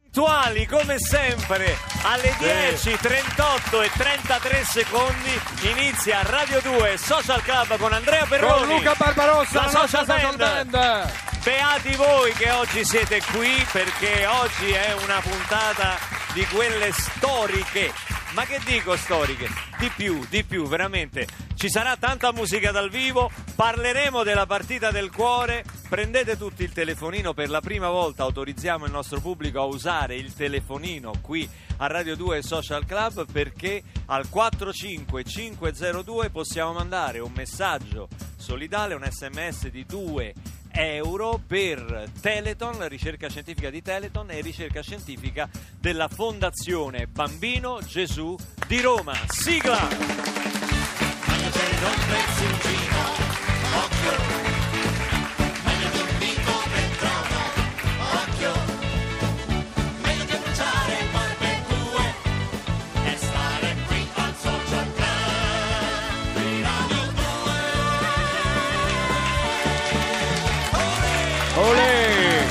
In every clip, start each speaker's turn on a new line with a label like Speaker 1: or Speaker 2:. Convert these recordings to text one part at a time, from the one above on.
Speaker 1: puntuali come sempre alle 10, 38 e 33 secondi inizia Radio 2 Social Club con Andrea Perroni
Speaker 2: Con Luca Barbarossa,
Speaker 1: la social band. Beati voi che oggi siete qui perché oggi è una puntata di quelle storiche. Ma che dico storiche? Di più, di più, veramente. Ci sarà tanta musica dal vivo, parleremo della partita del cuore. Prendete tutti il telefonino, per la prima volta autorizziamo il nostro pubblico a usare il telefonino qui a Radio 2 e Social Club perché al 45502 possiamo mandare un messaggio solidale, un sms di 2 euro per Teleton, ricerca scientifica di Teleton e ricerca scientifica della Fondazione Bambino Gesù di Roma. Sigla!
Speaker 2: Olè!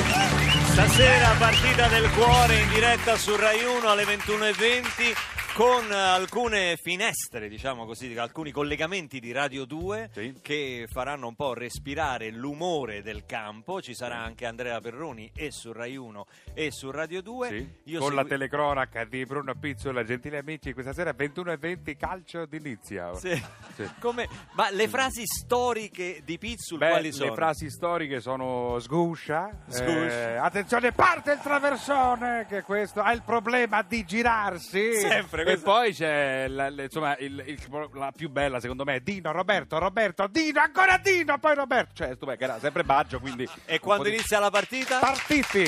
Speaker 1: Stasera partita del cuore in diretta su Rai 1 alle 21.20 con eh, alcune finestre, diciamo così, alcuni collegamenti di Radio 2
Speaker 2: Sì.
Speaker 1: che faranno un po' respirare l'umore del campo. Ci sarà anche Andrea Perroni e su Rai 1 e su Radio 2.
Speaker 2: Sì.
Speaker 1: Io
Speaker 2: Con la
Speaker 1: segui-
Speaker 2: telecronaca di Bruno Pizzola, gentili amici, questa sera 21.20 calcio di Nizia.
Speaker 1: Sì.
Speaker 2: Ecco. Sì.
Speaker 1: Come- ma le frasi storiche di Pizzul
Speaker 2: Beh,
Speaker 1: quali sono?
Speaker 2: le frasi storiche sono sguscia.
Speaker 1: Sguscia.
Speaker 2: eh, attenzione, parte il traversone, che questo ha il problema di girarsi.
Speaker 1: Sempre,
Speaker 2: e
Speaker 1: questo-
Speaker 2: poi c'è la, le- insomma, il- il- la più bella, secondo me, è Dino, Roberto, Roberto, Dino, ancora Dino, poi Roberto. Cioè, stupendo, che era sempre Baggio, quindi...
Speaker 1: E
Speaker 2: un
Speaker 1: quando
Speaker 2: po' di-
Speaker 1: inizia la partita?
Speaker 2: Partiti!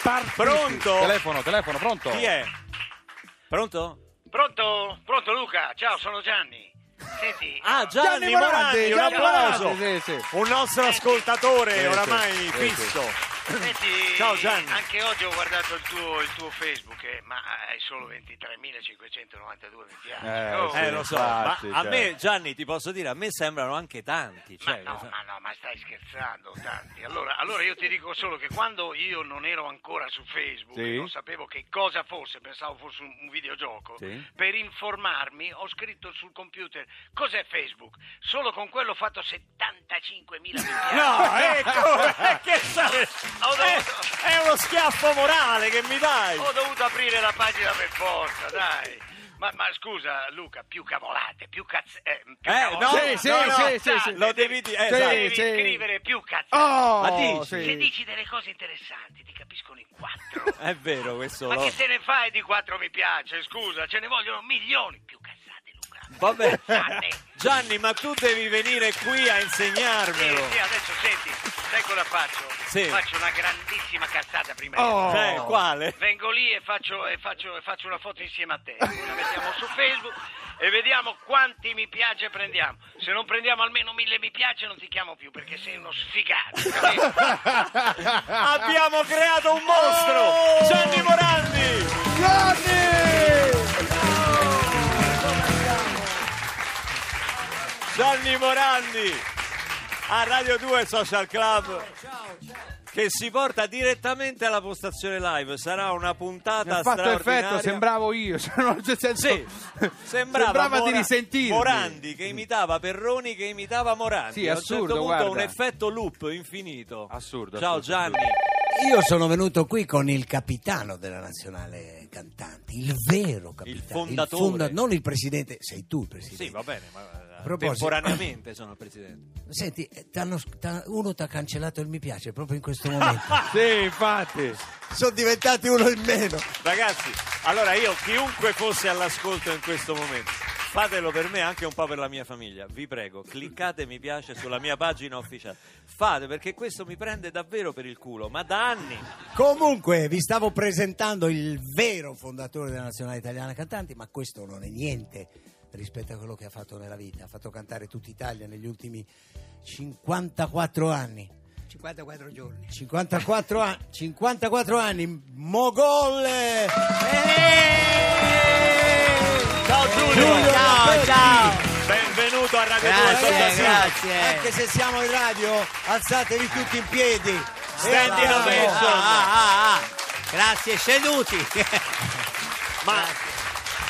Speaker 2: Partiti!
Speaker 1: Pronto?
Speaker 2: Telefono, telefono, pronto?
Speaker 1: Chi è? Pronto?
Speaker 3: Pronto? Pronto Luca? Ciao, sono Gianni. Senti,
Speaker 1: Ah, Gianni,
Speaker 2: Gianni
Speaker 1: Morandi,
Speaker 2: Morandi,
Speaker 1: un
Speaker 2: Gianni
Speaker 1: applauso.
Speaker 2: Morandi, sì, sì.
Speaker 1: Un nostro ascoltatore
Speaker 2: sì,
Speaker 1: oramai
Speaker 2: sì, sì.
Speaker 1: fisso.
Speaker 3: senti,
Speaker 1: Ciao, Gianni.
Speaker 3: Anche oggi ho guardato il tuo, il tuo Facebook, eh, ma hai solo 23.592 mi piace.
Speaker 2: Eh, sì.
Speaker 1: Eh, lo so, ma
Speaker 2: infatti,
Speaker 1: a
Speaker 2: cioè.
Speaker 1: me, Gianni, ti posso dire, a me sembrano anche tanti.
Speaker 3: Ma
Speaker 1: Cioè,
Speaker 3: no, ma no, ma stai scherzando tanti. Allora, allora io ti dico solo che quando io non ero ancora su Facebook,
Speaker 2: Sì.
Speaker 3: e non sapevo che cosa fosse, pensavo fosse un, un videogioco,
Speaker 2: Sì.
Speaker 3: per informarmi ho scritto sul computer cos'è Facebook, solo con quello ho fatto 75.000 mi piace.
Speaker 1: No, ecco, eh, che sare-
Speaker 3: Ho dovuto-
Speaker 1: è, è uno schiaffo morale che mi dai.
Speaker 3: Ho dovuto aprire la pagina per forza, dai. Ma, ma scusa Luca, più cavolate, più cazzo... Eh, più
Speaker 1: Eh, no,
Speaker 3: cavolate,
Speaker 2: Sì, sì,
Speaker 3: no, no,
Speaker 2: sì,
Speaker 3: cazzate,
Speaker 2: sì, sì.
Speaker 1: Lo devi
Speaker 3: devi,
Speaker 1: dire, eh,
Speaker 2: Sì,
Speaker 1: esatto.
Speaker 3: devi
Speaker 2: sì.
Speaker 3: scrivere più cazzate.
Speaker 2: Oh,
Speaker 1: Ma dici?
Speaker 2: sì. Eh,
Speaker 3: Se dici delle cose interessanti ti capiscono in quattro.
Speaker 1: È vero, questo
Speaker 3: ma
Speaker 1: lo...
Speaker 3: che te ne fai di quattro mi piace, scusa, ce ne vogliono milioni più cazzate Luca.
Speaker 1: Vabbè.
Speaker 3: Cazzate.
Speaker 1: Gianni, ma tu devi venire qui a
Speaker 3: Sì,
Speaker 1: insegnarmelo.
Speaker 3: sì, adesso senti, sai cosa faccio?
Speaker 1: Sì.
Speaker 3: Faccio una grandissima cazzata prima
Speaker 2: Oh.
Speaker 3: di...
Speaker 1: Cioè, quale?
Speaker 3: Vengo lì e faccio, e faccio- e faccio una foto insieme a te. La mettiamo su Facebook e vediamo quanti mi piace prendiamo. Se non prendiamo almeno mille mi piace, non ti chiamo più perché sei uno sfigato. capito?
Speaker 1: Abbiamo creato un
Speaker 2: Oh.
Speaker 1: mostro! Gianni Morandi!
Speaker 2: Gianni!
Speaker 1: Gianni Morandi a Radio 2 Social Club che si porta direttamente alla postazione live. Sarà una
Speaker 2: Mi ha
Speaker 1: puntata
Speaker 2: fatto effetto,
Speaker 1: straordinaria.
Speaker 2: sembravo io. cioè, non c'è senso-
Speaker 1: Sì, sembrava,
Speaker 2: di
Speaker 1: Mora-
Speaker 2: risentirmi.
Speaker 1: Morandi che imitava Perroni che imitava Morandi.
Speaker 2: Sì,
Speaker 1: A un certo
Speaker 2: assurdo,
Speaker 1: punto un
Speaker 2: guarda.
Speaker 1: effetto loop infinito.
Speaker 2: Assurdo,
Speaker 1: Ciao
Speaker 2: assurdo,
Speaker 1: Gianni.
Speaker 4: Io sono venuto qui con il capitano della nazionale cantanti, il vero capitano,
Speaker 1: fondatore.
Speaker 4: non il presidente, sei tu il presidente.
Speaker 1: Sì, va bene, ma eh,
Speaker 4: A proposito-
Speaker 1: temporaneamente sono il presidente.
Speaker 4: Senti, eh, t'hanno- t'ha- uno ti ha cancellato il mi piace proprio in questo momento.
Speaker 2: Sì, infatti.
Speaker 4: sono diventati uno in meno.
Speaker 1: Ragazzi, allora io chiunque fosse all'ascolto in questo momento, fatelo per me anche un po' per la mia famiglia. Vi prego, cliccate mi piace sulla mia pagina ufficiale. Fate perché questo mi prende davvero per il culo, ma da anni.
Speaker 4: Comunque, vi stavo presentando il vero fondatore della nazionale italiana cantanti, ma questo non è niente rispetto a quello che ha fatto nella vita. Ha fatto cantare tutta Italia negli ultimi 54 anni.
Speaker 5: 54 giorni.
Speaker 4: 54, an- 54 anni, Mogol! eh,
Speaker 1: Ciao Giulio.
Speaker 4: Giulio Capetti.
Speaker 1: Benvenuto a Radio
Speaker 5: Grazie,
Speaker 1: 2 Fantasia.
Speaker 5: grazie.
Speaker 4: Anche se siamo in radio, alzatevi tutti in piedi.
Speaker 1: Standing
Speaker 4: Bravo.
Speaker 1: ovation.
Speaker 4: Ah, ah,
Speaker 5: Grazie, seduti.
Speaker 1: Ma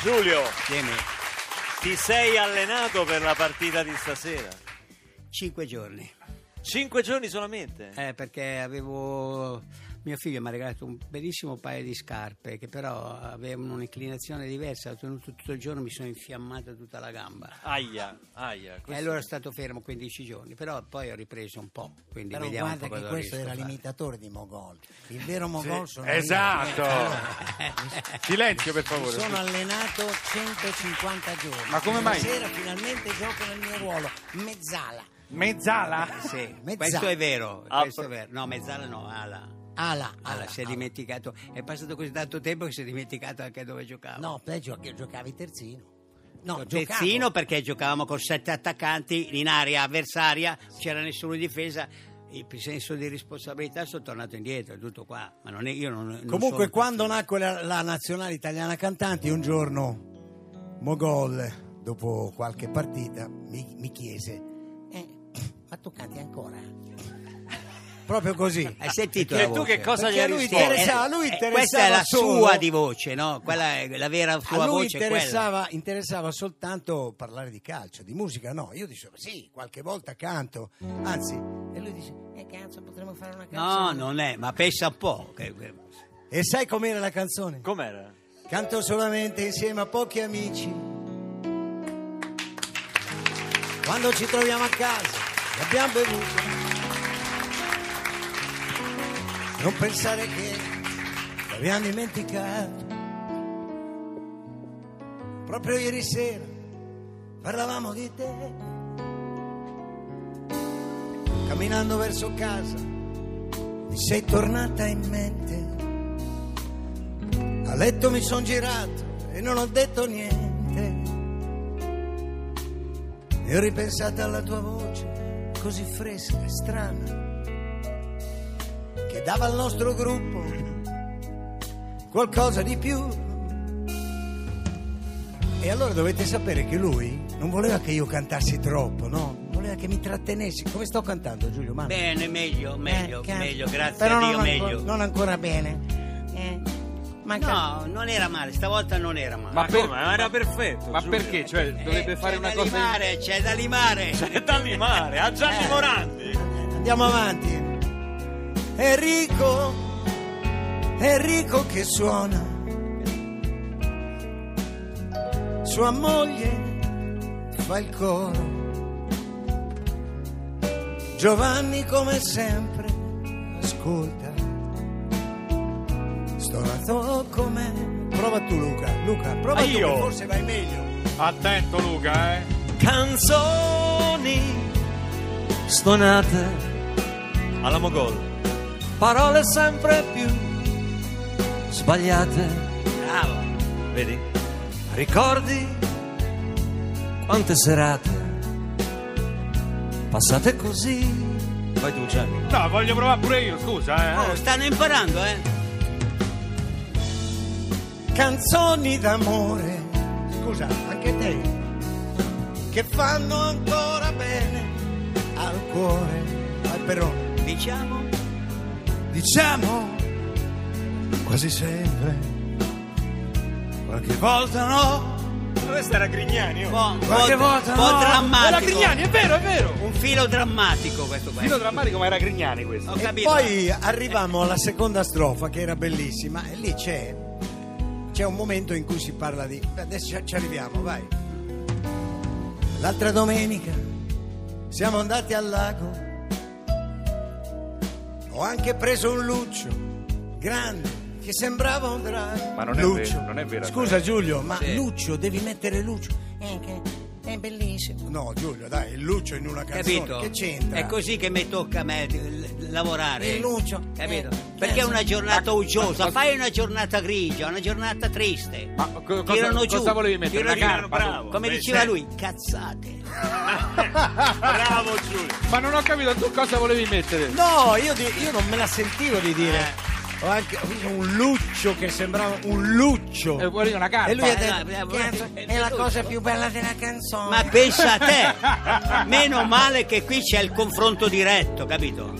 Speaker 1: Giulio,
Speaker 5: Vieni.
Speaker 4: Eh.
Speaker 1: ti sei allenato per la partita di stasera?
Speaker 5: Cinque giorni.
Speaker 1: Cinque giorni solamente?
Speaker 5: Eh, perché avevo. Mio figlio mi ha regalato un bellissimo paio di scarpe che però avevano un'inclinazione diversa. Ho tenuto tutto il giorno mi sono infiammata tutta la gamba.
Speaker 1: Aia, aia.
Speaker 5: E allora è stato fermo 15 giorni, però poi ho ripreso un po'. Quindi
Speaker 4: Però
Speaker 5: vediamo
Speaker 4: guarda
Speaker 5: un po'
Speaker 4: che
Speaker 5: cosa
Speaker 4: questo
Speaker 5: riesco
Speaker 4: era
Speaker 5: a fare.
Speaker 4: l'imitatore di Mogol. Il vero Mogol sono io.
Speaker 2: Esatto. Silenzio, per
Speaker 4: Mi
Speaker 2: favore.
Speaker 4: sono allenato 150 giorni.
Speaker 2: Ma come mai?
Speaker 4: Stasera finalmente gioco nel mio ruolo. Mezzala.
Speaker 2: Mezzala?
Speaker 5: Sì,
Speaker 4: Mezzala.
Speaker 5: questo è vero,
Speaker 1: Ah,
Speaker 5: questo è
Speaker 1: pro-
Speaker 5: vero. No, mezzala no, ala.
Speaker 4: Ala.
Speaker 5: Ala si è
Speaker 4: ala.
Speaker 5: dimenticato, è passato così tanto tempo che si è dimenticato anche dove giocava.
Speaker 4: No, peggio che giocavi terzino. No,
Speaker 5: Col terzino perché giocavamo con sette attaccanti in area avversaria, c'era nessuno in difesa. Il senso di responsabilità sono tornato indietro, è tutto qua. Ma non è, io non, non
Speaker 4: Comunque,
Speaker 5: sono-
Speaker 4: quando nacque la, la nazionale italiana cantanti, un giorno Mogol, dopo qualche partita, mi, mi chiese: "Eh, Ma tu canti ancora? Proprio così.
Speaker 5: Hai Ah, sentito?
Speaker 1: E
Speaker 5: la
Speaker 1: tu
Speaker 5: voce?
Speaker 1: che cosa gli
Speaker 4: Perché
Speaker 1: hai
Speaker 4: a lui
Speaker 1: risposto?
Speaker 4: interessa- interessava- a lui
Speaker 5: Questa è la
Speaker 4: interessava solo-
Speaker 5: sua di voce, no? Quella è la vera sua
Speaker 4: A lui
Speaker 5: voce. è quella.
Speaker 4: interessava, interessava soltanto parlare di calcio, di musica no. Io dicevo sì, qualche volta canto. Anzi, e lui dice: Eh, cazzo, potremmo fare una
Speaker 5: No,
Speaker 4: canzone.
Speaker 5: non è, ma pensa un po'. che- che-
Speaker 4: "Eh, E sai com'era la canzone?
Speaker 1: Com'era?
Speaker 4: Canto solamente insieme a pochi amici. Quando ci troviamo a casa, e abbiamo bevuto. Non pensare che l'abbiamo dimenticato. Proprio ieri sera parlavamo di te. Camminando verso casa, mi sei tornata in mente. A letto mi son girato e non ho detto niente. E ho ripensato alla tua voce, così fresca e strana, che dava al nostro gruppo qualcosa di più. E allora dovete sapere che lui non voleva che io cantassi troppo, no? Voleva che mi trattenessi. Come sto cantando, Giulio? Mamma?
Speaker 5: Bene, meglio, meglio,
Speaker 4: Eh, cazzo.
Speaker 5: meglio, grazie
Speaker 4: Però
Speaker 5: a Dio,
Speaker 4: non
Speaker 5: meglio.
Speaker 4: ancora- non ancora bene. Eh, manca-
Speaker 5: No, non era male, stavolta non era male.
Speaker 2: Ma per-
Speaker 1: Ma era perfetto.
Speaker 2: Ma
Speaker 1: Giulio.
Speaker 2: perché? Cioè, dovrebbe
Speaker 5: Eh,
Speaker 2: fare
Speaker 5: c'è
Speaker 2: una
Speaker 5: da
Speaker 2: cosa...
Speaker 5: limare, c'è da limare.
Speaker 1: È da limare, a Gianni Morandi.
Speaker 4: Andiamo avanti. Enrico, Enrico che suona. Sua moglie fa il coro. Giovanni come sempre ascolta. Stonato come... Prova tu Luca, Luca, prova
Speaker 1: Ah,
Speaker 4: tu
Speaker 1: io?
Speaker 4: che forse vai meglio.
Speaker 2: Attento Luca, eh.
Speaker 1: Canzoni stonate alla Mogol. Parole sempre più sbagliate.
Speaker 5: Bravo.
Speaker 1: Vedi? Ricordi quante serate passate così. Vai tu Gianni.
Speaker 2: No, voglio provare pure io, scusa, eh.
Speaker 5: Oh, stanno imparando, eh.
Speaker 4: canzoni d'amore. Scusa, anche te. Che fanno ancora bene al cuore, al perone.
Speaker 5: Diciamo.
Speaker 4: Diciamo quasi sempre, qualche volta no,
Speaker 1: Questa era Grignani.
Speaker 5: Un
Speaker 1: oh.
Speaker 5: po', un po',
Speaker 4: Qualche
Speaker 5: un
Speaker 4: volta,
Speaker 5: po'
Speaker 4: no.
Speaker 2: Era
Speaker 5: drammatico.
Speaker 2: Grignani, è vero, è vero.
Speaker 5: Un filo drammatico questo qua.
Speaker 2: Filo drammatico, ma era Grignani questo.
Speaker 5: Ho
Speaker 4: E
Speaker 5: capito.
Speaker 4: poi arrivammo alla seconda strofa che era bellissima e lì c'è, c'è un momento in cui si parla di... Beh, adesso ci- ci arriviamo, vai. L'altra domenica siamo andati al lago, ho anche preso un luccio grande che sembrava un drago.
Speaker 2: Ma non è
Speaker 4: luccio.
Speaker 2: vero, non è vero,
Speaker 4: Scusa Giulio, ma
Speaker 5: Sì.
Speaker 4: luccio, devi mettere luccio. Eh, che è bellissimo. No Giulio, dai, il luccio in una canzone,
Speaker 5: Capito?
Speaker 4: che c'entra?
Speaker 5: È così che mi tocca a me l- lavorare.
Speaker 4: Il Lucio.
Speaker 5: Capito?
Speaker 4: Eh,
Speaker 5: Perché è
Speaker 4: pensa.
Speaker 5: una giornata uggiosa, fai una giornata grigia, una giornata triste.
Speaker 2: Ma co- cosa-
Speaker 5: Tirano giù.
Speaker 2: cosa volevi mettere?
Speaker 5: tirano
Speaker 2: Una
Speaker 5: giù.
Speaker 2: carpa,
Speaker 5: Bravo.
Speaker 2: tu?
Speaker 5: Come
Speaker 2: Beh,
Speaker 5: diceva
Speaker 2: sì.
Speaker 5: lui, cazzate.
Speaker 1: Bravo Giulio.
Speaker 2: Ma non ho capito, tu cosa volevi mettere?
Speaker 4: No, io, di- io non me la sentivo di dire. Ho anche ho avuto un luccio che sembrava un luccio.
Speaker 2: Eh, volevi una carpa?
Speaker 4: E lui ha
Speaker 5: Eh,
Speaker 4: detto:
Speaker 5: no, eh,
Speaker 4: "Cazzo,
Speaker 5: eh,
Speaker 4: È la
Speaker 5: luccio."
Speaker 4: cosa più bella della canzone.
Speaker 5: Ma pensa a te. Meno male che qui c'è il confronto diretto, capito?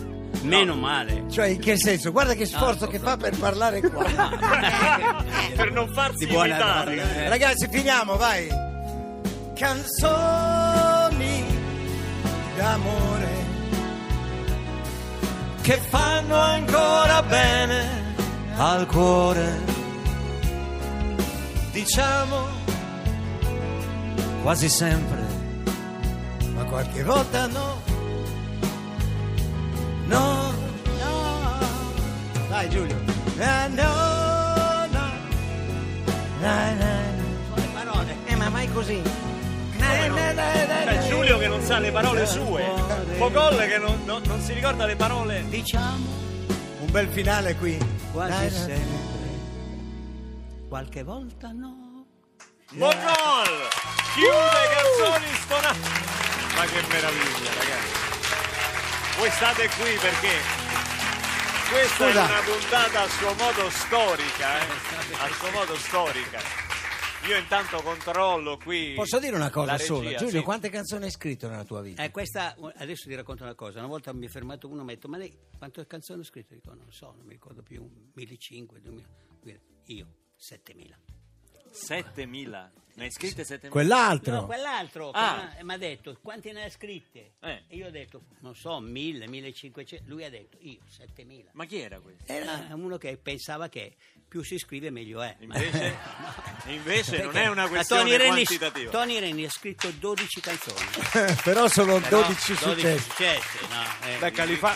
Speaker 5: Meno male.
Speaker 4: Cioè, in che senso? Guarda che sforzo che fa per parlare qua.
Speaker 2: Eh,
Speaker 1: per non farsi
Speaker 5: Di buona
Speaker 1: imitare.
Speaker 5: donna, eh.
Speaker 4: Ragazzi, finiamo, vai. Canzoni d'amore che fanno ancora bene al cuore. Diciamo quasi sempre, ma qualche volta no. No, no. Dai Giulio. Ah, no, no. Na, na, na.
Speaker 5: Le parole.
Speaker 4: Eh, ma mai così. Eh, Na, na, na, na, na.
Speaker 1: Cioè, Giulio che non sa le parole sue, Mocolle che non, non- non si ricorda le parole.
Speaker 5: Diciamo
Speaker 4: Un bel finale qui. Eh,
Speaker 5: quasi
Speaker 4: Na, na, na.
Speaker 5: sempre. Qualche volta no.
Speaker 1: Mogol chiude canzoni stonate. Ma che meraviglia, ragazzi. Voi state qui perché questa
Speaker 4: Scusa.
Speaker 1: è una puntata a suo modo storica, eh? A suo modo storica. Io intanto controllo qui.
Speaker 4: eh. Posso dire una cosa
Speaker 1: la
Speaker 4: sola?
Speaker 1: regia,
Speaker 4: Giulio,
Speaker 1: sì.
Speaker 4: quante canzoni hai scritto nella tua vita?
Speaker 5: Eh, questa, adesso ti racconto una cosa. Una volta mi ha fermato uno e mi ha detto: Ma lei quante canzoni ho scritto? Dico: Non so, non mi ricordo più. 1500, 2000. Guarda, Io, 7000.
Speaker 1: 7000. Ne hai scritte 7000?
Speaker 4: Quell'altro.
Speaker 5: No, quell'altro che
Speaker 1: Ah.
Speaker 5: mi ha- mi ha detto quante ne ha scritte?
Speaker 1: Eh.
Speaker 5: E io ho detto, non so, 1000, 1500. Lui ha detto, io 7000.
Speaker 1: Ma chi era questo?
Speaker 5: Era uno che pensava che più si scrive meglio è.
Speaker 1: Invece, invece non
Speaker 5: Perché
Speaker 1: è una
Speaker 5: la
Speaker 1: questione
Speaker 5: Tony Rennie-
Speaker 1: quantitativa.
Speaker 5: Tony Rennie ha scritto 12 canzoni.
Speaker 4: Però sono
Speaker 5: Però
Speaker 4: 12 successi.
Speaker 5: successi, no, eh.
Speaker 2: Beh, Califa-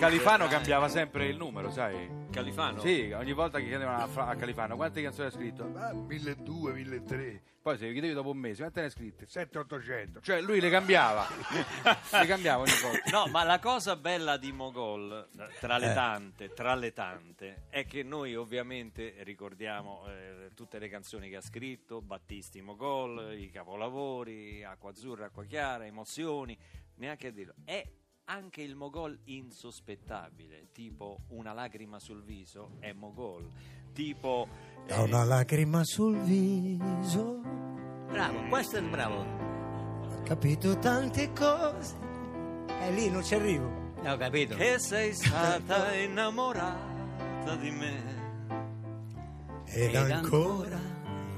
Speaker 2: Califano cambiava sempre il numero, sai?
Speaker 1: Califano?
Speaker 2: Sì, ogni volta che chiedevano a, Fra- a Califano quante canzoni ha scritto, "Ah, 1200, 1300. Poi se gli chiedevi dopo un mese, quante ne ha scritte? 700, 800. Cioè lui le cambiava. le cambiava ogni volta.
Speaker 1: No, ma la cosa bella di Mogol, tra le tante, tra le tante, è che noi ovviamente ricordiamo eh, tutte le canzoni che ha scritto, Battisti Mogol, i capolavori, Acqua Azzurra, Acqua Chiara, Emozioni, neanche a dirlo. È anche il Mogol insospettabile, tipo una lacrima sul viso è Mogol, tipo... eh,
Speaker 4: Da una lacrima sul viso,
Speaker 5: Bravo, questo è il bravo.
Speaker 4: ho capito tante cose. E lì non ci arrivo.
Speaker 5: Eh, Ho capito.
Speaker 1: che sei stata innamorata di me.
Speaker 4: Ed,
Speaker 5: Ed
Speaker 4: ancora.
Speaker 5: ancora.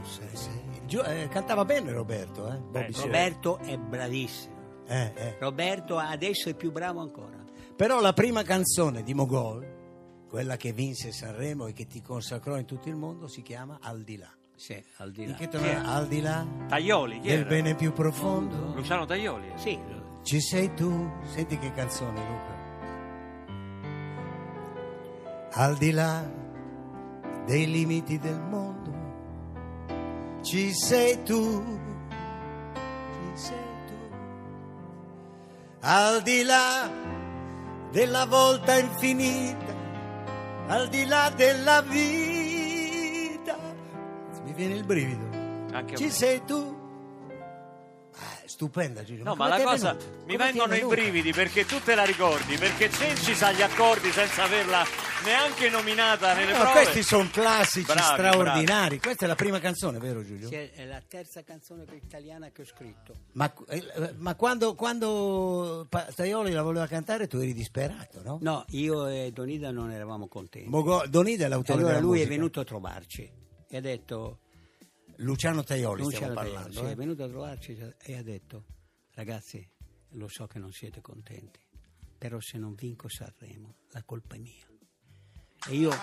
Speaker 4: Sei- sei- Giu- eh, cantava bene Roberto, eh? Bobby Sole.
Speaker 5: Roberto è bravissimo.
Speaker 4: Eh, eh.
Speaker 5: Roberto adesso è più bravo ancora.
Speaker 4: Però la prima canzone di Mogol, quella che vinse Sanremo e che ti consacrò in tutto il mondo, si chiama Al di là.
Speaker 5: Sì, al di
Speaker 4: In
Speaker 5: là.
Speaker 4: che tono era? Al di là
Speaker 1: Taglioli, chi
Speaker 4: del
Speaker 1: era?
Speaker 4: bene più profondo
Speaker 1: Luciano Taglioli. era.
Speaker 5: Sì, lo-
Speaker 4: ci sei tu. Senti che canzone, Luca. Al di là dei limiti del mondo ci sei tu. Ci sei tu. Al di là della volta infinita, al di là della vita. Mi viene il brivido.
Speaker 1: Anche a
Speaker 4: Ci
Speaker 1: me.
Speaker 4: sei tu. Eh, Stupenda Giulio.
Speaker 1: No, ma la
Speaker 4: come ti è
Speaker 1: cosa
Speaker 4: venuto? Come
Speaker 1: mi
Speaker 4: ti è
Speaker 1: vengono i
Speaker 4: venuto?
Speaker 1: brividi perché tu te la ricordi, perché Cenci sa gli accordi senza averla neanche nominata nelle
Speaker 4: No,
Speaker 1: prove.
Speaker 4: questi sono classici
Speaker 1: Bravi,
Speaker 4: straordinari. Questa è la prima canzone, vero Giulio?
Speaker 5: sì, è la terza canzone che- italiana che ho scritto.
Speaker 4: Ma, eh, ma quando, quando Pa- Taioli la voleva cantare tu eri disperato, no?
Speaker 5: No, io e Donida non eravamo contenti.
Speaker 4: Mogo- Donida è
Speaker 5: E
Speaker 4: l'autore
Speaker 5: allora
Speaker 4: della
Speaker 5: lui è
Speaker 4: musica.
Speaker 5: venuto a trovarci e ha detto,
Speaker 4: Luciano Taioli
Speaker 5: non
Speaker 4: stiamo
Speaker 5: c'era
Speaker 4: parlando.
Speaker 5: Teo, sì, è
Speaker 4: eh.
Speaker 5: venuto a trovarci e ha detto, ragazzi, lo so che non siete contenti, però se non vinco Sanremo, la colpa è mia. E io...
Speaker 4: eh.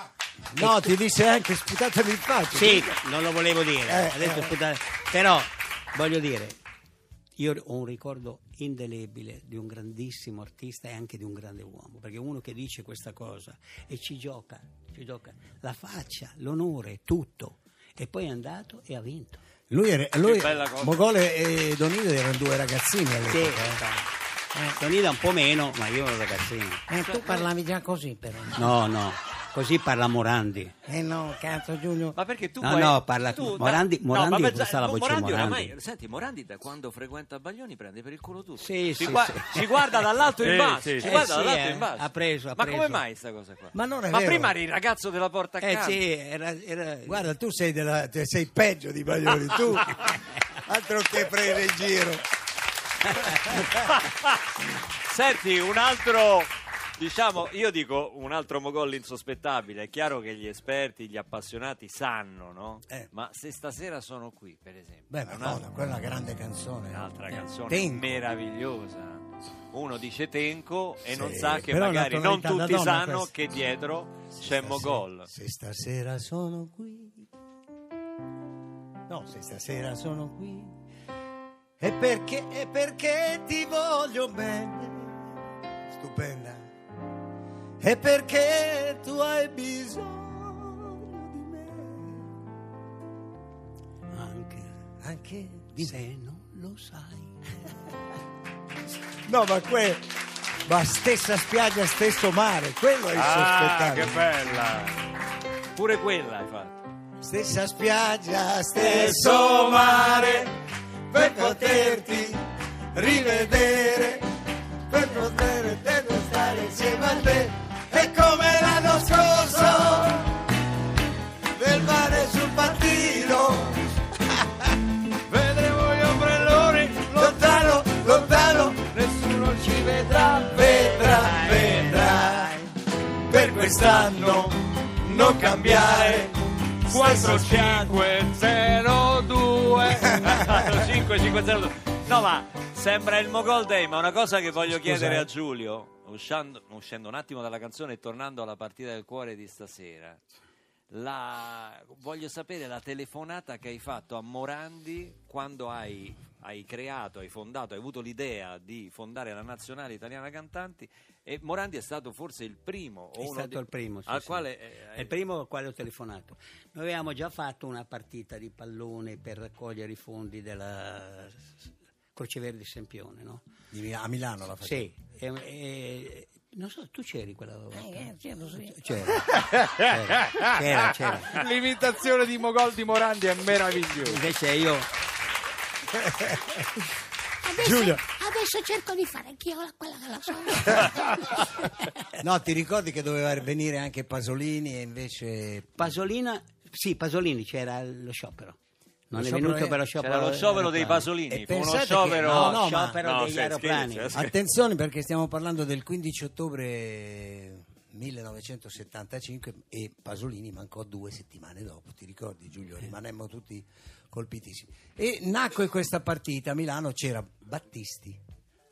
Speaker 4: No, ti disse anche sputatemi in faccia.
Speaker 5: Sì, non lo volevo dire,
Speaker 4: Eh,
Speaker 5: ha detto
Speaker 4: eh.
Speaker 5: sputa- però voglio dire, io ho un ricordo indelebile di un grandissimo artista e anche di un grande uomo, perché uno che dice questa cosa e ci gioca, ci gioca la faccia, l'onore, tutto, e poi è andato e ha vinto.
Speaker 4: Lui, era, lui
Speaker 1: bella cosa.
Speaker 4: Mogole e Donida erano due ragazzini all'epoca.
Speaker 5: Sì,
Speaker 4: eh.
Speaker 5: eh, Tonino un po' meno, ma io ero ragazzino.
Speaker 4: Eh, tu parlavi già così però.
Speaker 5: No, no, così parla Morandi.
Speaker 4: Eh no, cazzo Giulio.
Speaker 1: Ma perché tu
Speaker 5: No,
Speaker 1: puoi-
Speaker 5: no, parla-
Speaker 1: tu,
Speaker 5: Morandi-
Speaker 1: no,
Speaker 5: Morandi,
Speaker 1: ma pensa-
Speaker 5: questa è la voce di
Speaker 1: Morandi
Speaker 5: Morandi.
Speaker 1: oramai- senti, Morandi da quando frequenta Baglioni prende per il culo tutto.
Speaker 5: Sì,
Speaker 1: si,
Speaker 5: sì,
Speaker 1: gua-
Speaker 5: sì.
Speaker 1: si guarda dall'alto in
Speaker 2: Sì,
Speaker 1: basso,
Speaker 2: sì,
Speaker 1: si
Speaker 2: sì.
Speaker 1: guarda
Speaker 5: Eh, sì,
Speaker 1: dall'alto
Speaker 5: eh,
Speaker 1: in basso.
Speaker 5: ha preso, ha
Speaker 1: ma come
Speaker 5: preso.
Speaker 1: mai sta cosa qua?
Speaker 4: Ma non è vero.
Speaker 1: prima eri il ragazzo della porta
Speaker 5: Eh
Speaker 1: accanto.
Speaker 5: sì, era... era-
Speaker 4: Guarda, tu sei, della- te- sei peggio di Baglioni, tu altro che prendere in giro.
Speaker 1: Senti, un altro Diciamo, io dico un altro Mogol insospettabile. È chiaro che gli esperti, gli appassionati sanno, no?
Speaker 4: Eh.
Speaker 1: Ma se stasera sono qui, per esempio,
Speaker 4: Beh,
Speaker 1: è
Speaker 4: Madonna, quella è una grande canzone.
Speaker 1: un'altra
Speaker 4: Eh,
Speaker 1: canzone
Speaker 4: Tenco.
Speaker 1: meravigliosa. Uno dice Tenco e
Speaker 4: Sì,
Speaker 1: non sa che
Speaker 4: però è una
Speaker 1: magari non
Speaker 4: tonalità da
Speaker 1: tutti
Speaker 4: donna
Speaker 1: sanno
Speaker 4: questa.
Speaker 1: che dietro c'è
Speaker 4: Stasera-
Speaker 1: Mogol.
Speaker 4: Se stasera sono qui. No, se stasera sono qui. E perché, e perché ti voglio bene. Stupenda. E perché tu hai bisogno di me.
Speaker 5: Anche
Speaker 4: Anche di me.
Speaker 5: se non lo sai.
Speaker 4: No, ma que- Ma stessa spiaggia, stesso mare, quello è il
Speaker 2: Ah,
Speaker 4: sospettato.
Speaker 2: che bella!
Speaker 1: Pure quella hai fatto.
Speaker 4: Stessa spiaggia, stesso mare, per poterti rivedere, per poter per stare insieme a te. E come l'anno scorso, del mare sul pattino,
Speaker 2: Vedremo gli ombrelloni,
Speaker 4: lontano, lontano,
Speaker 2: nessuno ci vedrà.
Speaker 4: vedrà, vedrai. Per quest'anno non cambiare, quattro c'è.
Speaker 2: 502
Speaker 1: 5502. No, ma sembra il Mogol Day, ma una cosa che voglio
Speaker 4: Scusa,
Speaker 1: chiedere
Speaker 4: eh.
Speaker 1: a Giulio, uscendo, uscendo un attimo dalla canzone e tornando alla partita del cuore di stasera. La- voglio sapere la telefonata che hai fatto a Morandi quando hai, hai creato, hai fondato, hai avuto l'idea di fondare la Nazionale Italiana Cantanti e Morandi è stato forse il primo. o
Speaker 5: È
Speaker 1: uno
Speaker 5: stato
Speaker 1: di-
Speaker 5: il primo. sì,
Speaker 1: al
Speaker 5: sì.
Speaker 1: quale eh,
Speaker 5: È il primo al quale ho telefonato. Noi avevamo già fatto una partita di pallone per raccogliere i fondi della Croce Verde Sempione, no?
Speaker 4: A Milano la
Speaker 5: Sì, e- e- non so, tu c'eri quella volta?
Speaker 4: Cioè,
Speaker 5: C'era, Eh, c'era, c'era.
Speaker 2: L'imitazione di Mogol di Morandi è meravigliosa.
Speaker 5: Invece io
Speaker 6: Adesso,
Speaker 4: Giulia.
Speaker 6: adesso cerco di fare anch'io la- quella che la so.
Speaker 4: No, ti ricordi che doveva venire anche Pasolini e invece...
Speaker 5: Pasolina, sì, Pasolini c'era lo sciopero. Non
Speaker 4: Lo
Speaker 5: è
Speaker 4: sciopero
Speaker 5: venuto
Speaker 4: è-
Speaker 5: per lo sciopero.
Speaker 1: C'era lo sciopero dei Pasolini,
Speaker 4: E
Speaker 1: fu uno
Speaker 4: pensate che-
Speaker 1: sciopero,
Speaker 4: no, no, ma-
Speaker 5: sciopero degli
Speaker 1: scherzi,
Speaker 5: aeroplani.
Speaker 1: scherzi.
Speaker 4: Attenzione perché stiamo parlando del 15 ottobre 1975 e Pasolini mancò due settimane dopo, ti ricordi Giulio? Rimanemmo tutti colpitissimi. E nacque questa partita a Milano, c'era Battisti,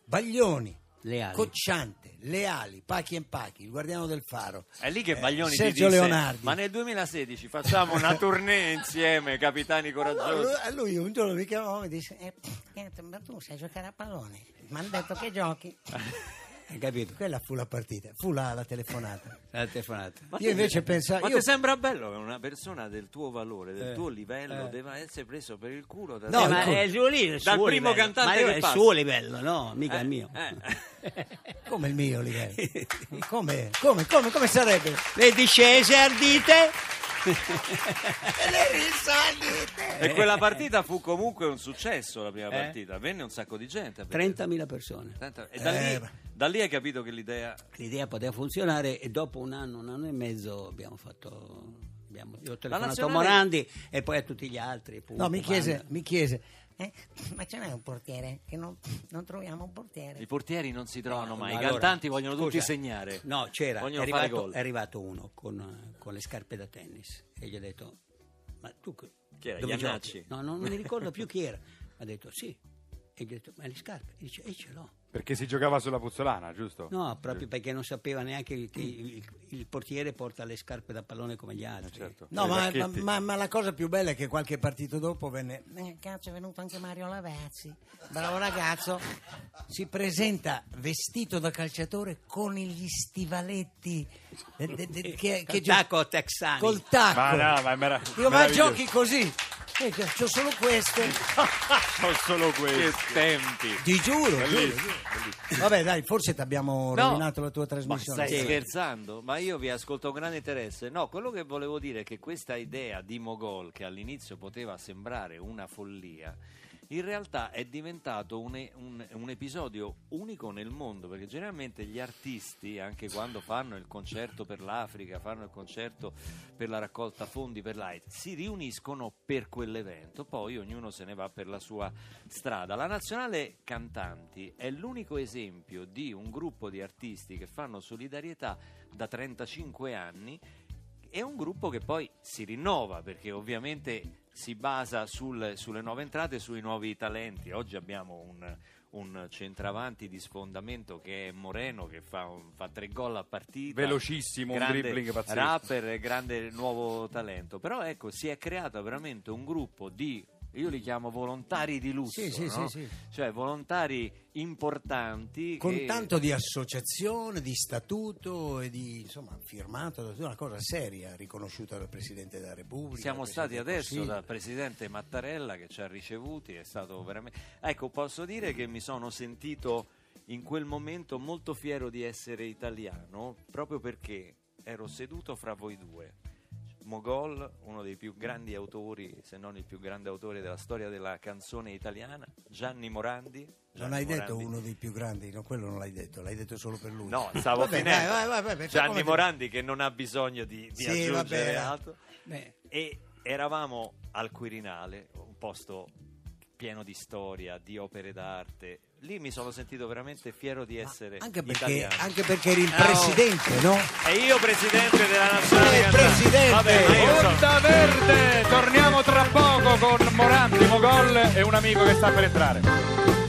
Speaker 4: Baglioni,
Speaker 5: Leali.
Speaker 4: Cocciante, Leali, Pachi e Pachi, il guardiano del faro.
Speaker 1: È lì che
Speaker 5: Eh,
Speaker 1: Baglioni
Speaker 4: Sergio
Speaker 1: ti disse,
Speaker 4: Leonardi.
Speaker 1: ma nel 2016 facciamo una tournée insieme, capitani
Speaker 4: Allora,
Speaker 1: coraggiosi.
Speaker 4: lui- a lui un giorno mi chiamò e mi disse "Eh,
Speaker 6: ma tu sai giocare a pallone? Mi hanno detto che giochi.
Speaker 5: Hai capito?
Speaker 4: quella fu la partita, fu la, la telefonata.
Speaker 5: La telefonata.
Speaker 1: Ma
Speaker 4: io
Speaker 1: ti-
Speaker 4: invece pensavo...
Speaker 1: Ma
Speaker 4: io-
Speaker 1: ti sembra bello che una persona del tuo valore, del
Speaker 5: cioè, Eh,
Speaker 1: tuo livello,
Speaker 5: eh.
Speaker 1: deve essere preso per il culo da
Speaker 4: No,
Speaker 5: Eh, ma
Speaker 4: ecco.
Speaker 5: è il suo lì, il
Speaker 1: Dal
Speaker 5: suo
Speaker 1: primo
Speaker 5: livello.
Speaker 1: cantante
Speaker 5: Ma io-
Speaker 1: che
Speaker 5: è il
Speaker 1: passa. Eh,
Speaker 5: suo livello, no, mica il mio.
Speaker 4: Come il mio livello? Come, come, come, come sarebbe?
Speaker 5: Le discese ardite.
Speaker 1: E quella partita fu comunque un successo, la prima
Speaker 5: Eh.
Speaker 1: partita. Venne un sacco di gente. a vedere.
Speaker 5: 30.000 persone.
Speaker 1: 30. E da,
Speaker 4: Eh,
Speaker 1: lì,
Speaker 4: ma-
Speaker 1: da lì hai capito che l'idea...
Speaker 5: L'idea poteva funzionare e dopo un anno, un anno e mezzo abbiamo fatto... Abbiamo, io ho telefonato
Speaker 1: nazionale-
Speaker 5: a Morandi e poi a tutti gli altri. Pupo,
Speaker 4: No, mi chiese,
Speaker 5: Banda.
Speaker 4: mi chiese.
Speaker 6: Eh, ma ce n'è un portiere? Che non, non troviamo un portiere.
Speaker 1: I portieri non si trovano
Speaker 5: No,
Speaker 1: mai,
Speaker 5: ma
Speaker 1: i
Speaker 5: allora,
Speaker 1: cantanti vogliono tutti
Speaker 5: scusa,
Speaker 1: segnare.
Speaker 5: No, c'era, è
Speaker 1: Vogliono fare
Speaker 5: arrivato,
Speaker 1: gol.
Speaker 5: è arrivato uno con, con le scarpe da tennis e gli ho detto, ma tu che-
Speaker 1: Chi era,
Speaker 5: dove
Speaker 1: Iannacci?
Speaker 5: giochi?" No, no, non mi ricordo più chi era. Ha detto sì. E gli ho detto, ma le scarpe? E dice, e ce l'ho.
Speaker 2: Perché si giocava sulla puzzolana, giusto?
Speaker 5: No, proprio perché non sapeva neanche che il, il portiere porta le scarpe da pallone come gli altri.
Speaker 2: certo.
Speaker 4: No,
Speaker 2: I
Speaker 4: ma, ma-
Speaker 2: racchetti.
Speaker 4: ma- ma la cosa più bella è che qualche partito dopo venne.
Speaker 6: Eh, cazzo, è venuto anche Mario Lavezzi.
Speaker 4: Bravo ragazzo, si presenta vestito da calciatore con gli stivaletti eh, de- de- che, che
Speaker 5: Col
Speaker 4: gio-
Speaker 5: tacco texani.
Speaker 4: Col tacco.
Speaker 2: Ma no, ma è mera-
Speaker 4: Dico, ma
Speaker 2: meraviglioso.
Speaker 4: giochi così? Eh, che- C'ho solo queste.
Speaker 2: Sono solo
Speaker 1: Che
Speaker 2: questi.
Speaker 1: tempi!
Speaker 4: Ti giuro. giuro, giuro. Vabbè, dai, forse ti abbiamo
Speaker 1: No.
Speaker 4: rovinato la tua
Speaker 1: Ma
Speaker 4: trasmissione.
Speaker 1: stai scherzando? Ma io vi ascolto con grande interesse. No, quello che volevo dire è che questa idea di Mogol, che all'inizio poteva sembrare una follia, in realtà è diventato un, e- un- un episodio unico nel mondo, perché generalmente gli artisti, anche quando fanno il concerto per l'Africa, fanno il concerto per la raccolta fondi per l'AIDS, si riuniscono per quell'evento, poi ognuno se ne va per la sua strada. La Nazionale Cantanti è l'unico esempio di un gruppo di artisti che fanno solidarietà da 35 anni è un gruppo che poi si rinnova perché ovviamente si basa sul- sulle nuove entrate e sui nuovi talenti. Oggi abbiamo un, un centravanti di sfondamento che è Moreno che fa, un- fa tre gol a partita.
Speaker 2: Velocissimo, un
Speaker 1: grande
Speaker 2: dribbling pazzesco.
Speaker 1: Rapper, grande nuovo talento. Però ecco, si è creato veramente un gruppo di... Io li chiamo volontari di lusso,
Speaker 4: Sì, sì,
Speaker 1: no?
Speaker 4: sì, sì.
Speaker 1: cioè volontari importanti
Speaker 4: con
Speaker 1: che-
Speaker 4: tanto di associazione, di statuto e di insomma firmato da tutti, una cosa seria riconosciuta dal Presidente della Repubblica.
Speaker 1: Siamo
Speaker 4: dal
Speaker 1: stati
Speaker 4: Presidente del
Speaker 1: adesso
Speaker 4: Consiglio.
Speaker 1: dal presidente Mattarella che ci ha ricevuti, è stato veramente. Ecco, posso dire che mi sono sentito in quel momento molto fiero di essere italiano proprio perché ero seduto fra voi due. Mogol, uno dei più grandi autori, se non il più grande autore della storia della canzone italiana, Gianni Morandi.
Speaker 4: Non
Speaker 1: Gianni
Speaker 4: hai detto
Speaker 1: Morandi.
Speaker 4: uno dei più grandi, no, quello non l'hai detto, l'hai detto solo per lui.
Speaker 1: No, stavo
Speaker 4: Vabbè,
Speaker 1: finendo.
Speaker 4: dai, vai, vai, vai, fai
Speaker 1: Gianni
Speaker 4: come ti-
Speaker 1: Morandi che non ha bisogno di, di
Speaker 4: Sì,
Speaker 1: aggiungere
Speaker 4: vabbè.
Speaker 1: altro.
Speaker 5: Beh,
Speaker 1: e eravamo al Quirinale, un posto pieno di storia, di opere d'arte. Lì mi sono sentito veramente fiero di essere
Speaker 4: Anche perché,
Speaker 1: italiano.
Speaker 4: anche perché eri il
Speaker 1: Ah, oh.
Speaker 4: presidente, no?
Speaker 1: E io presidente della
Speaker 4: Eh,
Speaker 1: nazionale cantante.
Speaker 4: presidente!
Speaker 1: Vabbè, ma io sono-
Speaker 2: Onda Verde, torniamo tra poco con Morandi, Mogol e un amico che sta per entrare.